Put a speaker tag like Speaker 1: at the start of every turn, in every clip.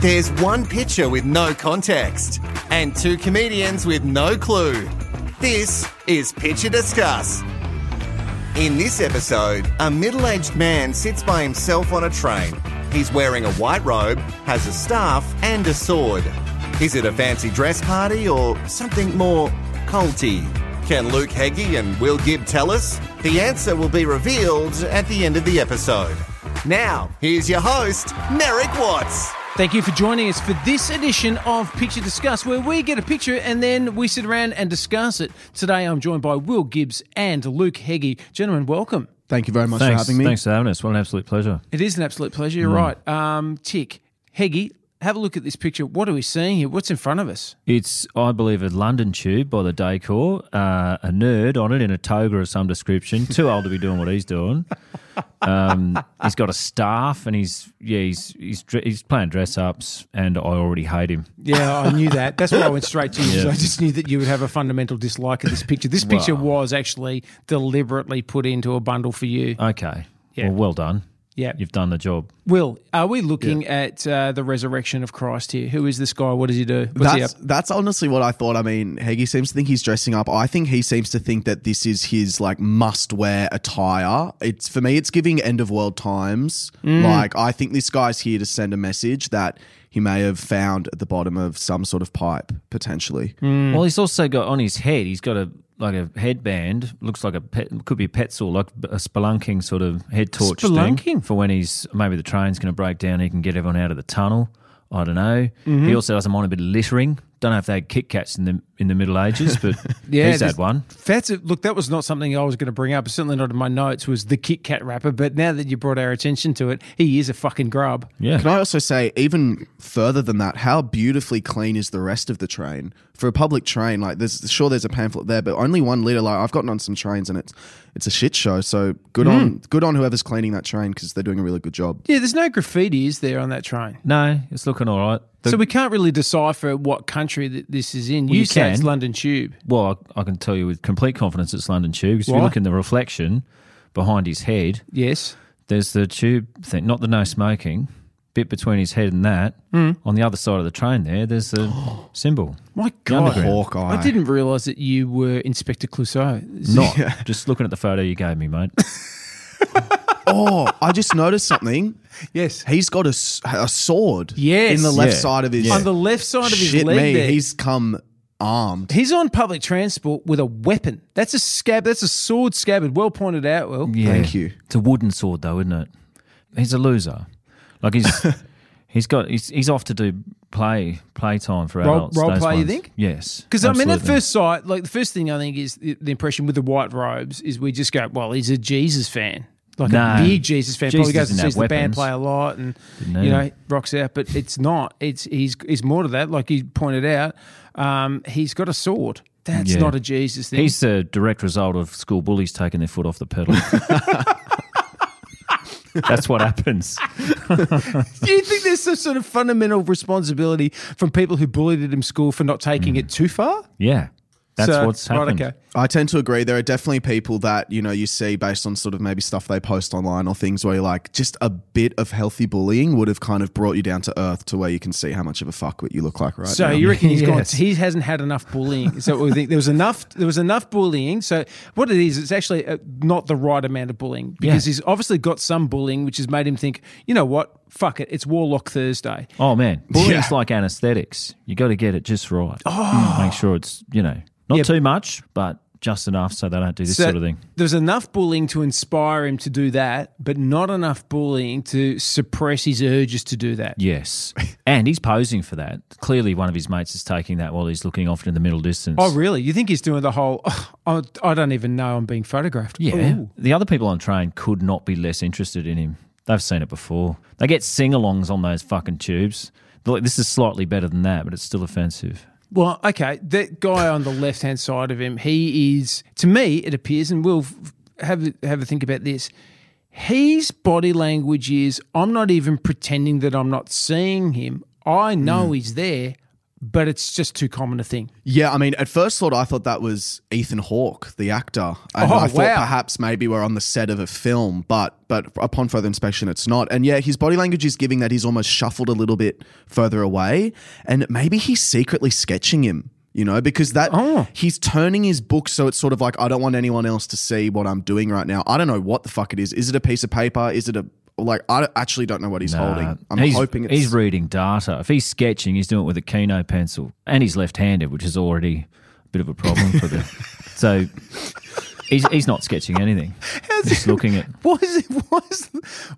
Speaker 1: There's one picture with no context and two comedians with no clue. This is Picture Discuss. In this episode, a middle aged man sits by himself on a train. He's wearing a white robe, has a staff, and a sword. Is it a fancy dress party or something more culty? Can Luke Heggie and Will Gibb tell us? The answer will be revealed at the end of the episode. Now, here's your host, Merrick Watts.
Speaker 2: Thank you for joining us for this edition of Picture Discuss, where we get a picture and then we sit around and discuss it. Today I'm joined by Will Gibbs and Luke Heggie. Gentlemen, welcome.
Speaker 3: Thank you very much
Speaker 4: Thanks
Speaker 3: for having me.
Speaker 4: Thanks for having us. What an absolute pleasure.
Speaker 2: It is an absolute pleasure. You're right. Um, tick. Heggie, have a look at this picture. What are we seeing here? What's in front of us?
Speaker 4: It's, I believe, a London tube by the Decor, uh, a nerd on it in a toga of some description, too old to be doing what he's doing. Um, he's got a staff and he's, yeah, he's, he's, dre- he's playing dress ups, and I already hate him.
Speaker 2: Yeah, I knew that. That's why I went straight to you. 'cause I just knew that you would have a fundamental dislike of this picture. This picture was actually deliberately put into a bundle for you.
Speaker 4: Okay. Well, well done.
Speaker 2: Yeah.
Speaker 4: You've done the job.
Speaker 2: Will, are we looking at uh, the resurrection of Christ here? Who is this guy? What does he do? What's he up?
Speaker 3: That's, that's honestly what I thought. I mean, Heggie seems to think he's dressing up. I think he seems to think that this is his like must wear attire. It's for me, it's giving end of world times. Like, I think this guy's here to send a message that he may have found at the bottom of some sort of pipe, potentially.
Speaker 4: Well, he's also got on his head. He's got a like a headband. Looks like a pet, could be a petzel, like a spelunking sort of head torch thing
Speaker 2: Spelunking?
Speaker 4: for when he's maybe the train's going to break down. He can get everyone out of the tunnel. I don't know. He also doesn't mind a bit of littering. Don't know if they had Kit Kats in the in the Middle Ages, but
Speaker 2: Yeah,
Speaker 4: he's
Speaker 2: there's-
Speaker 4: had one.
Speaker 2: That's a, look. That was not something I was going to bring up. Certainly not in my notes. Was the Kit Kat rapper? But now that you brought our attention to it, he is a fucking grub.
Speaker 4: Yeah,
Speaker 3: Can I also say, even further than that, how beautifully clean is the rest of the train for a public train? Like, there's sure there's a pamphlet there, but only one litre. Like, I've gotten on some trains and it's it's a shit show. So good
Speaker 2: Hmm.
Speaker 3: on good on whoever's cleaning that train because they're doing a really good job.
Speaker 2: Yeah, there's no graffiti, is there, on that train?
Speaker 4: no, it's looking all right. The-
Speaker 2: so we can't really decipher what country that this is in. you,
Speaker 4: you
Speaker 2: say it's
Speaker 4: can.
Speaker 2: London Tube.
Speaker 4: well, I, I can tell you with complete confidence it's London Tube. 'cause if you
Speaker 2: Why?
Speaker 4: look in the reflection behind his head,
Speaker 2: Yes.
Speaker 4: there's the tube thing, not the no smoking bit between his head and that.
Speaker 2: Hmm.
Speaker 4: On the other side of the train, there, there's the symbol.
Speaker 2: My
Speaker 4: God.
Speaker 2: God,
Speaker 4: underground.
Speaker 3: Hawkeye.
Speaker 2: I didn't realise that you were Inspector Clouseau.
Speaker 4: Not just looking at the photo you gave me, mate.
Speaker 3: oh, I just noticed something.
Speaker 2: Yes.
Speaker 3: He's got a, s- a sword.
Speaker 2: Yes.
Speaker 3: in the left
Speaker 4: Yeah.
Speaker 3: side of his.
Speaker 2: On the left side of his
Speaker 3: shit
Speaker 2: leg,
Speaker 3: me,
Speaker 2: there.
Speaker 3: he's come armed.
Speaker 2: He's on public transport with a weapon. That's a scab. That's a sword scabbard. Well pointed out, Will.
Speaker 4: Yeah.
Speaker 3: Thank you.
Speaker 4: It's a wooden sword, though, isn't it? He's a loser. Like he's he's got he's, he's off to do play play time for
Speaker 2: Role-
Speaker 4: adults.
Speaker 2: role
Speaker 4: those
Speaker 2: play, you
Speaker 4: ones.
Speaker 2: think?
Speaker 4: Yes.
Speaker 2: Because I mean, at
Speaker 4: absolutely.
Speaker 2: first sight, like the first thing I think is the, the impression with the white robes is we just go, well, he's a Jesus fan, like
Speaker 4: No.
Speaker 2: a big Jesus fan.
Speaker 4: Jesus
Speaker 2: Probably goes and
Speaker 4: didn't
Speaker 2: sees
Speaker 4: have
Speaker 2: the band
Speaker 4: weapons.
Speaker 2: play a lot, and
Speaker 4: Didn't
Speaker 2: you
Speaker 4: know.
Speaker 2: know rocks out. But it's not. It's he's he's more to that. Like you pointed out, um, he's got a sword. That's
Speaker 4: Yeah.
Speaker 2: not a Jesus thing.
Speaker 4: he's the direct result of school bullies taking their foot off the pedal. That's what happens.
Speaker 2: Do you think there's some sort of fundamental responsibility from people who bullied it in school for not taking it too far?
Speaker 4: Yeah. Hmm. That's
Speaker 2: So-
Speaker 4: what's
Speaker 2: right,
Speaker 4: happened.
Speaker 2: okay.
Speaker 3: I tend to agree. There are definitely people that you know you see based on sort of maybe stuff they post online or things where you're like, just a bit of healthy bullying would have kind of brought you down to earth to where you can see how much of a fuckwit you look like right
Speaker 2: So
Speaker 3: now.
Speaker 2: you reckon he's
Speaker 4: Yes.
Speaker 2: gone? He hasn't had enough bullying. So we think there was enough. There was enough bullying. So what it is, it's actually uh, not the right amount of bullying because
Speaker 4: Yeah.
Speaker 2: he's obviously got some bullying, which has made him think, you know what? Fuck it. It's Warlock Thursday.
Speaker 4: Oh man, bullying's
Speaker 3: Yeah.
Speaker 4: like anesthetics. You got to get it just right.
Speaker 2: Oh.
Speaker 4: Mm, Make sure it's you know not too much, but just enough so they don't do this
Speaker 2: So
Speaker 4: sort of thing.
Speaker 2: There's enough bullying to inspire him to do that, but not enough bullying to suppress his urges to do that.
Speaker 4: Yes, and he's posing for that. Clearly, one of his mates is taking that while he's looking off in the middle distance.
Speaker 2: Oh, really? You think he's doing the whole? "Oh, I I don't even know I'm being photographed.
Speaker 4: yeah.
Speaker 2: Ooh.
Speaker 4: The other people on train could not be less interested in him. They've seen it before. They get sing-alongs on those fucking tubes. They're Like, this is slightly better than that, but it's still offensive.
Speaker 2: Well, okay, that guy on the left hand side of him, he is to me. It appears, and we'll f- have a- have a think about this. His body language
Speaker 4: Hmm.
Speaker 2: is: I'm not even pretending that I'm not seeing him. I know he's there, but it's just too common a thing.
Speaker 3: Yeah, I mean, at first thought I thought that was Ethan Hawke, the actor, and
Speaker 2: Oh,
Speaker 3: I thought
Speaker 2: wow.
Speaker 3: perhaps maybe we're on the set of a film, but but upon further inspection, it's not. And yeah, his body language is giving that he's almost shuffled a little bit further away, and maybe he's secretly sketching him. You know, because that he's turning his book so it's sort of like I don't want anyone else to see what I'm doing right now. I don't know what the fuck it is. Is it a piece of paper? Is it a like I don't- actually don't know what he's
Speaker 4: Uh,
Speaker 3: holding. I'm
Speaker 4: he's,
Speaker 3: hoping it's
Speaker 4: he's reading data. If he's sketching, he's doing it with a Kino pencil, and he's left-handed, which is already a bit of a problem for the. So he's he's not sketching anything. Just looking at.
Speaker 2: Why is, it, why, is,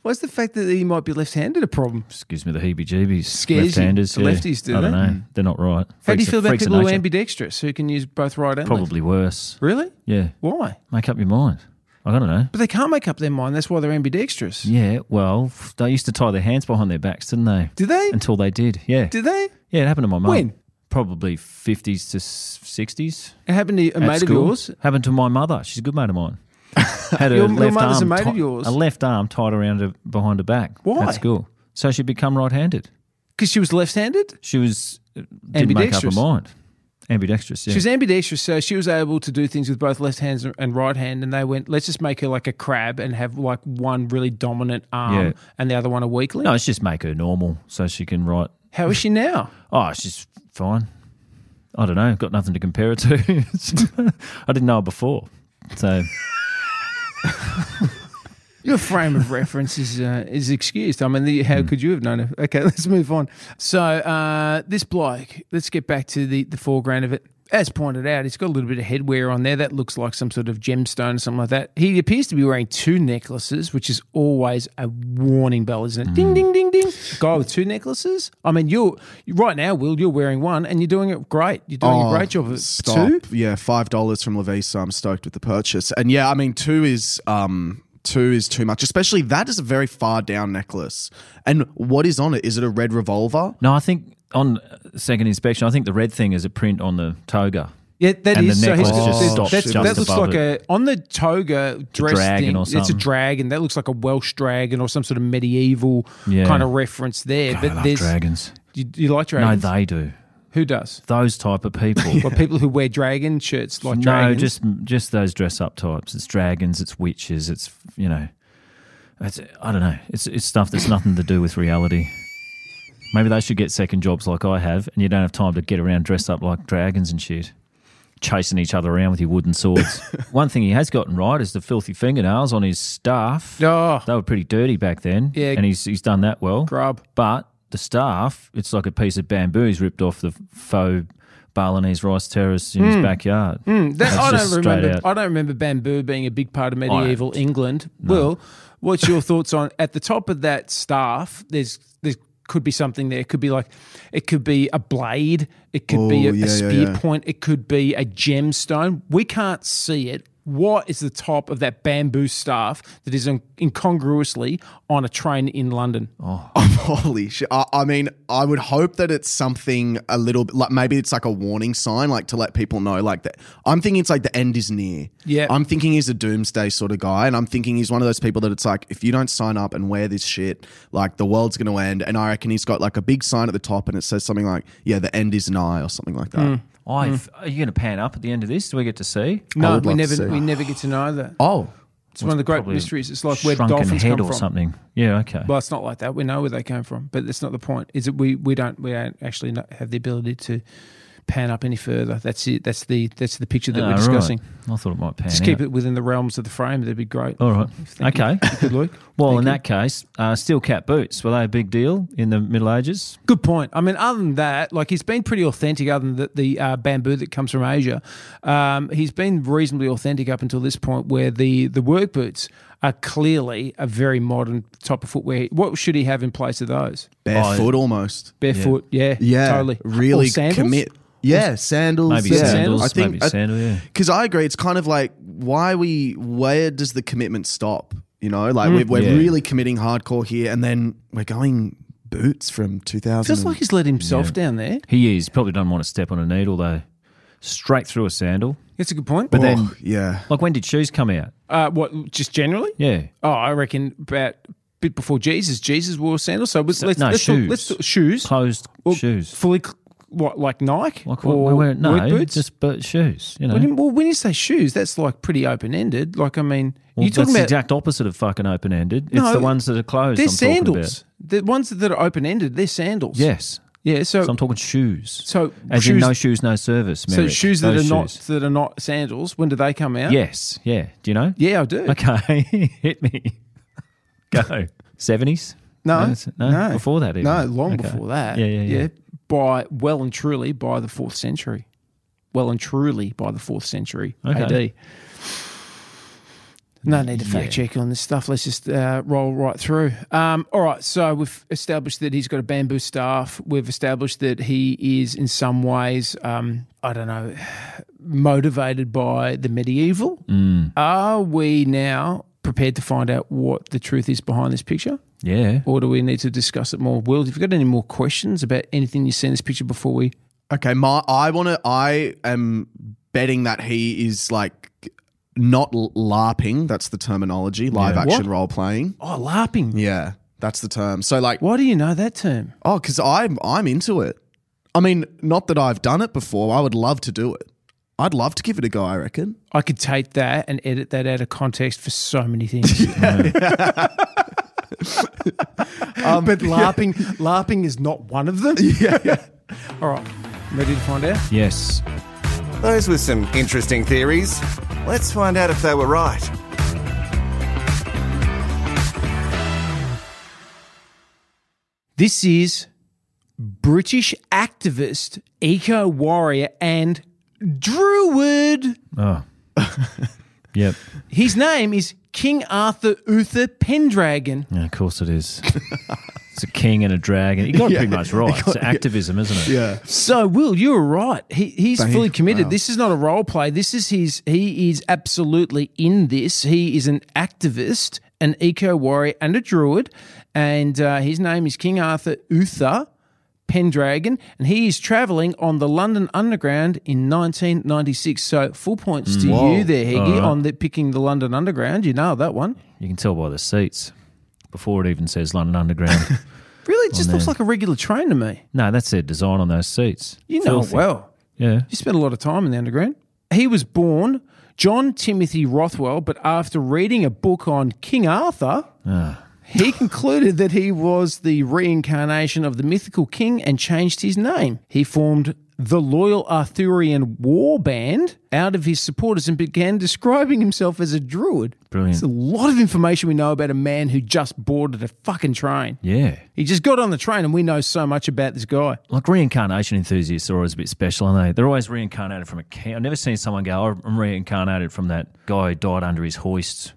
Speaker 2: why is the fact that he might be left-handed a problem?
Speaker 4: Excuse me, the heebie-jeebies.
Speaker 2: Scares you.
Speaker 4: Left-handers.
Speaker 2: The
Speaker 4: yeah.
Speaker 2: lefties do
Speaker 4: I don't
Speaker 2: that.
Speaker 4: know. They're not right.
Speaker 2: How do you
Speaker 4: Freaks of-
Speaker 2: feel about
Speaker 4: freaks of
Speaker 2: people who are
Speaker 4: nature.
Speaker 2: ambidextrous who can use both right and left?
Speaker 4: Probably worse.
Speaker 2: Really?
Speaker 4: Yeah.
Speaker 2: Why?
Speaker 4: Make up your mind. I don't know.
Speaker 2: But they can't make up their mind. That's why they're ambidextrous.
Speaker 4: Yeah, well, they used to tie their hands behind their backs, didn't they?
Speaker 2: Did they?
Speaker 4: Until they did. Yeah.
Speaker 2: Did they?
Speaker 4: yeah, it happened to my mum.
Speaker 2: When?
Speaker 4: Probably 50s to s- 60s.
Speaker 2: It happened to a
Speaker 4: at
Speaker 2: mate
Speaker 4: school.
Speaker 2: of yours.
Speaker 4: Happened to my mother. She's a good mate of mine. Had her
Speaker 2: Your- your
Speaker 4: left
Speaker 2: mother's a
Speaker 4: arm
Speaker 2: mate
Speaker 4: ti-
Speaker 2: of yours?
Speaker 4: A left arm tied around her behind her back.
Speaker 2: Why?
Speaker 4: At school. So she'd become right handed.
Speaker 2: Because she was left-handed?
Speaker 4: She was. uh, Didn't make up her
Speaker 2: Ambidextrous.
Speaker 4: mind. Ambidextrous, yeah.
Speaker 2: She was ambidextrous, so she was able to do things with both left hands and right hand. And they went, let's just make her like a crab and have like one really dominant arm
Speaker 4: Yeah.
Speaker 2: and the other one a weakling.
Speaker 4: no, it's just make her normal so she can write.
Speaker 2: How is she now?
Speaker 4: Oh, she's fine. I don't know. Got nothing to compare it to. I didn't know her before. So.
Speaker 2: Your frame of reference is uh, is excused. I mean, the, how could you have known it? Okay, let's move on. So uh, this bloke, let's get back to the the foreground of it. As pointed out, he's got a little bit of headwear on there. That looks like some sort of gemstone, something like that. He appears to be wearing two necklaces, which is always a warning bell, isn't it? Ding, ding, ding, ding. Guy with two necklaces. I mean, you're right now, Will. You're wearing one, and you're doing it great. You're doing a great job of it.
Speaker 3: stop.
Speaker 2: two.
Speaker 3: Yeah, five dollars from Levis, so I'm stoked with the purchase. And yeah, I mean two is um two is too much. Especially that is a very far down necklace. And what is on it? Is it a red revolver?
Speaker 4: No, I think on uh, second inspection, I think the red thing is a print on the toga.
Speaker 2: Yeah, that
Speaker 4: And the
Speaker 2: is. so he's
Speaker 4: necklace
Speaker 2: got-
Speaker 4: just
Speaker 2: there's-
Speaker 4: stops
Speaker 2: that's-
Speaker 4: just
Speaker 2: that looks
Speaker 4: above
Speaker 2: like a on the toga dress
Speaker 4: dragon
Speaker 2: thing.
Speaker 4: or
Speaker 2: It's a
Speaker 4: something.
Speaker 2: dragon. That looks like a Welsh dragon or some sort of medieval
Speaker 4: Yeah.
Speaker 2: kind of reference there.
Speaker 4: I
Speaker 2: but
Speaker 4: love
Speaker 2: there's
Speaker 4: dragons.
Speaker 2: You, you like
Speaker 4: No,
Speaker 2: dragons?
Speaker 4: they do.
Speaker 2: Who does?
Speaker 4: Those type of people.
Speaker 2: Well, people who wear dragon shirts like
Speaker 4: no,
Speaker 2: dragons.
Speaker 4: just just those dress up types. It's dragons. It's witches. It's you know, it's I don't know. It's it's stuff that's nothing to do with reality. Maybe they should get second jobs like I have, and you don't have time to get around dressed up like dragons and shit, chasing each other around with your wooden swords. One thing he has gotten right is the filthy fingernails on his staff.
Speaker 2: oh
Speaker 4: They were pretty dirty back then.
Speaker 2: Yeah.
Speaker 4: And he's he's done that well.
Speaker 2: grub.
Speaker 4: But the staff, it's like a piece of bamboo he's ripped off the faux Balinese rice terrace in his backyard.
Speaker 2: Hmm. That, I
Speaker 4: just
Speaker 2: don't
Speaker 4: straight
Speaker 2: remember.
Speaker 4: out.
Speaker 2: I don't remember bamboo being a big part of medieval England. Will, what's your thoughts on at the top of that staff? There's there could be something there. It could be like it could be a blade. It could be
Speaker 3: Ooh,
Speaker 2: a, a
Speaker 3: yeah, yeah,
Speaker 2: spear
Speaker 3: yeah.
Speaker 2: point. It could be a gemstone. We can't see it. What is the top of that bamboo staff that is in- incongruously on a train in London?
Speaker 3: Oh, Holy shit! I, I mean, I would hope that it's something a little bit like maybe it's like a warning sign, like to let people know, like that. I'm thinking it's like the end is near.
Speaker 2: Yeah.
Speaker 3: I'm thinking he's a doomsday sort of guy, and I'm thinking he's one of those people that it's like if you don't sign up and wear this shit, like the world's gonna end. And I reckon he's got like a big sign at the top, and it says something like, "Yeah, the end is nigh" or something like that.
Speaker 2: Hmm.
Speaker 4: I Are you going to pan up at the end of this? Do we get to see?
Speaker 2: No,
Speaker 3: would
Speaker 2: we
Speaker 3: love to
Speaker 2: never
Speaker 3: see.
Speaker 2: we never get to know that.
Speaker 3: Oh,
Speaker 2: It's one of the great
Speaker 4: Probably
Speaker 2: mysteries. It's like where
Speaker 4: shrunken
Speaker 2: dolphins
Speaker 4: head
Speaker 2: come
Speaker 4: or
Speaker 2: from.
Speaker 4: something. Yeah, okay.
Speaker 2: Well, it's not like that. We know where they came from, but that's not the point. Is that we we don't we don't actually not have the ability to pan up any further. That's it. That's the that's the picture that
Speaker 4: Ah,
Speaker 2: we're
Speaker 4: right.
Speaker 2: discussing.
Speaker 4: I thought it might pan
Speaker 2: Just
Speaker 4: out.
Speaker 2: keep it within the realms of the frame. That'd be great.
Speaker 4: All right.
Speaker 2: Thank you.
Speaker 4: okay.
Speaker 2: Good Luke.
Speaker 4: Well,
Speaker 2: Thank
Speaker 4: in
Speaker 2: you.
Speaker 4: that case, uh, steel cap boots were they a big deal in the Middle Ages?
Speaker 2: Good point. I mean, other than that, like he's been pretty authentic. Other than the, the uh, bamboo that comes from Asia, um, he's been reasonably authentic up until this point, where the the work boots are clearly a very modern type of footwear. What should he have in place of those?
Speaker 3: barefoot almost.
Speaker 2: Barefoot, yeah,
Speaker 3: Yeah,
Speaker 2: totally.
Speaker 3: Really
Speaker 2: Or sandals?
Speaker 3: commit. Yeah, sandals.
Speaker 4: Maybe
Speaker 3: yeah.
Speaker 4: sandals.
Speaker 3: I think,
Speaker 4: maybe sandal. Yeah.
Speaker 3: Because I agree, it's kind of like why we. Where does the commitment stop? You know, like we're, we're
Speaker 4: Mm. Yeah.
Speaker 3: really committing hardcore here, and then we're going boots from two thousand.
Speaker 2: Feels like he's let himself down there.
Speaker 4: He is probably doesn't want to step on a needle though. Straight through a sandal.
Speaker 2: That's a good point.
Speaker 3: oh,
Speaker 2: But
Speaker 4: then-
Speaker 3: yeah,
Speaker 4: Like when did shoes come out?
Speaker 2: uh, what? Just generally?
Speaker 4: Yeah.
Speaker 2: Oh, I reckon about a bit before Jesus. Jesus wore sandals. So let's, let's,
Speaker 4: no,
Speaker 2: let's, talk-
Speaker 4: shoes.
Speaker 2: let's talk- shoes.
Speaker 4: Closed shoes.
Speaker 2: Fully cl- what like Nike
Speaker 4: Like what
Speaker 2: or
Speaker 4: we're wearing, no,
Speaker 2: work boots?
Speaker 4: just but shoes. You know,
Speaker 2: When you- well, when you say shoes, that's like pretty open ended. Like I mean,
Speaker 4: Well,
Speaker 2: you're talking about
Speaker 4: that's the exact opposite of fucking open ended.
Speaker 2: No,
Speaker 4: it's the ones that are closed.
Speaker 2: they're
Speaker 4: I'm talking about.
Speaker 2: sandals. The ones that are open ended, they're sandals.
Speaker 4: Yes.
Speaker 2: yeah. So
Speaker 4: So I'm talking shoes.
Speaker 2: so
Speaker 4: As in
Speaker 2: shoes.
Speaker 4: no shoes, no service.
Speaker 2: so
Speaker 4: Merrick.
Speaker 2: shoes that are
Speaker 4: Those
Speaker 2: not
Speaker 4: shoes.
Speaker 2: that are not sandals. When do they come out?
Speaker 4: Yes. Yeah. Do you know?
Speaker 2: yeah, I do.
Speaker 4: Okay. Hit me. Go. Seventies.
Speaker 2: No,
Speaker 4: no,
Speaker 2: no.
Speaker 4: Before that, even.
Speaker 2: No, long
Speaker 4: Okay.
Speaker 2: before that.
Speaker 4: Yeah, yeah, yeah.
Speaker 2: By well and truly by the fourth century. Well and truly by the fourth century AD.
Speaker 4: Okay.
Speaker 2: No need to
Speaker 4: Yeah.
Speaker 2: fact check on this stuff. Let's just uh, roll right through. Um, all right. So we've established that he's got a bamboo staff. We've established that he is in some ways, um, I don't know, motivated by the medieval.
Speaker 4: Mm.
Speaker 2: Are we now prepared to find out what the truth is behind this picture?
Speaker 4: Yeah.
Speaker 2: or do we need to discuss it more? Will, have you got any more questions about anything you see in this picture before we?
Speaker 3: Okay, my I want to. I am betting that he is like not l- larping. That's the terminology. Live action
Speaker 2: What?
Speaker 3: role playing.
Speaker 2: Oh, LARPing.
Speaker 3: Yeah, that's the term. So like,
Speaker 2: Why do you know that term?
Speaker 3: oh, because I'm I'm into it. I mean, not that I've done it before. I would love to do it. I'd love to give it a go. I reckon.
Speaker 2: I could take that and edit that out of context for so many things. but LARPing, LARPing is not one of them. Um, Yeah. All right. Ready to find out?
Speaker 4: Yes.
Speaker 1: Those were some interesting theories. Let's find out if they were right.
Speaker 2: This is British activist, eco warrior, and druid.
Speaker 4: Oh. yep.
Speaker 2: His name is King Arthur Uther Pendragon.
Speaker 4: Yeah, of course it is. it's a king and a dragon. You got it pretty much right. it's activism, isn't it?
Speaker 3: Yeah.
Speaker 2: So, Will, you were right. He, he's
Speaker 3: Thank-
Speaker 2: fully committed.
Speaker 3: wow.
Speaker 2: This is not a role play. This is his. He is absolutely in this. He is an activist, an eco warrior, and a druid. And uh, his name is King Arthur Uther Pendragon, and he is travelling on the London Underground in 1996. So, full points to you there, Heggy, on the, picking the London Underground. You know that one.
Speaker 4: You can tell by the seats before it even says London Underground.
Speaker 2: Really, it just looks
Speaker 4: man.
Speaker 2: like a regular train to me.
Speaker 4: no, that's their design on those seats.
Speaker 2: You know it
Speaker 4: Filthy.
Speaker 2: well.
Speaker 4: Yeah.
Speaker 2: He spent a lot of time in the underground. He was born John Timothy Rothwell, but after reading a book on King Arthur, he concluded that he was the reincarnation of the mythical king and changed his name. He formed the Loyal Arthurian War Band out of his supporters and began describing himself as a druid.
Speaker 4: Brilliant.
Speaker 2: It's a lot of information we know about a man who just boarded a fucking train.
Speaker 4: Yeah.
Speaker 2: He just got on the train, and we know so much about this guy.
Speaker 4: Like reincarnation enthusiasts are always a bit special, aren't they? They're always reincarnated from a king. I've never seen someone go, "Oh, I'm reincarnated from that guy who died under his hoist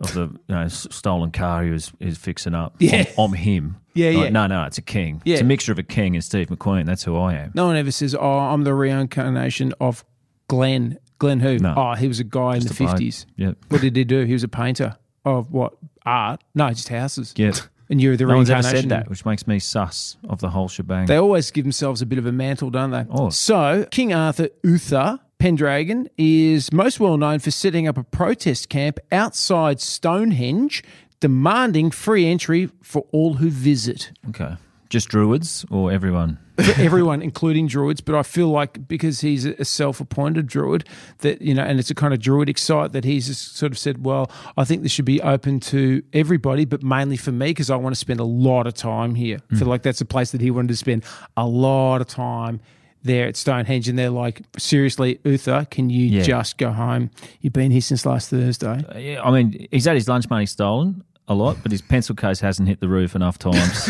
Speaker 4: of the you know, s- stolen car he was, he was fixing up.
Speaker 2: Yeah.
Speaker 4: I'm, I'm him.
Speaker 2: Yeah,
Speaker 4: Like,
Speaker 2: yeah.
Speaker 4: No, no, it's a king. It's
Speaker 2: Yeah.
Speaker 4: a mixture of a king and Steve McQueen. That's who I am.
Speaker 2: No one ever says, "Oh, I'm the reincarnation of Glenn." Glenn who?
Speaker 4: No.
Speaker 2: Oh, he was a guy in the
Speaker 4: a bloke.
Speaker 2: fifties.
Speaker 4: Yep.
Speaker 2: What did he do? He was a painter of what art? No, just houses.
Speaker 4: Yep.
Speaker 2: And you're the
Speaker 4: No one's ever
Speaker 2: reincarnation.
Speaker 4: said that, which makes me sus of the whole shebang.
Speaker 2: They always give themselves a bit of a mantle, don't they?
Speaker 4: Oh.
Speaker 2: So King Arthur Uther Pendragon is most well known for setting up a protest camp outside Stonehenge, demanding free entry for all who visit.
Speaker 4: okay. Just druids or everyone?
Speaker 2: for everyone, including druids. But I feel like because he's a self-appointed druid, that you know, and it's a kind of druidic site that he's just sort of said, well, I think this should be open to everybody, but mainly for me because I want to spend a lot of time here. I feel like that's a place that he wanted to spend a lot of time. There at Stonehenge, and they're like, seriously, Uther, can you
Speaker 4: Yeah.
Speaker 2: just go home? You've been here since last Thursday.
Speaker 4: Yeah, I mean, he's had his lunch money stolen a lot, but his pencil case hasn't hit the roof enough times.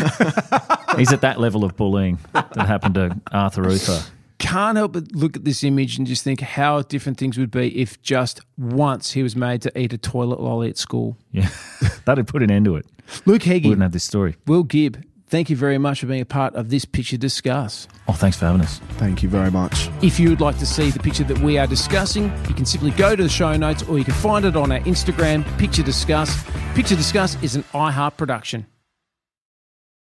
Speaker 4: he's at that level of bullying that happened to Arthur Uther.
Speaker 2: Can't help but look at this image and just think how different things would be if just once he was made to eat a toilet lolly at school.
Speaker 4: Yeah, that'd put an end to it.
Speaker 2: Luke
Speaker 4: We
Speaker 2: Heggie,
Speaker 4: wouldn't have this story.
Speaker 2: Will Gibb, thank you very much for being a part of this picture discuss.
Speaker 4: Oh, thanks for having us.
Speaker 3: Thank you very much.
Speaker 2: If you would like to see the picture that we are discussing, you can simply go to the show notes or you can find it on our Instagram, Picture Discuss. Picture Discuss is an iHeart production.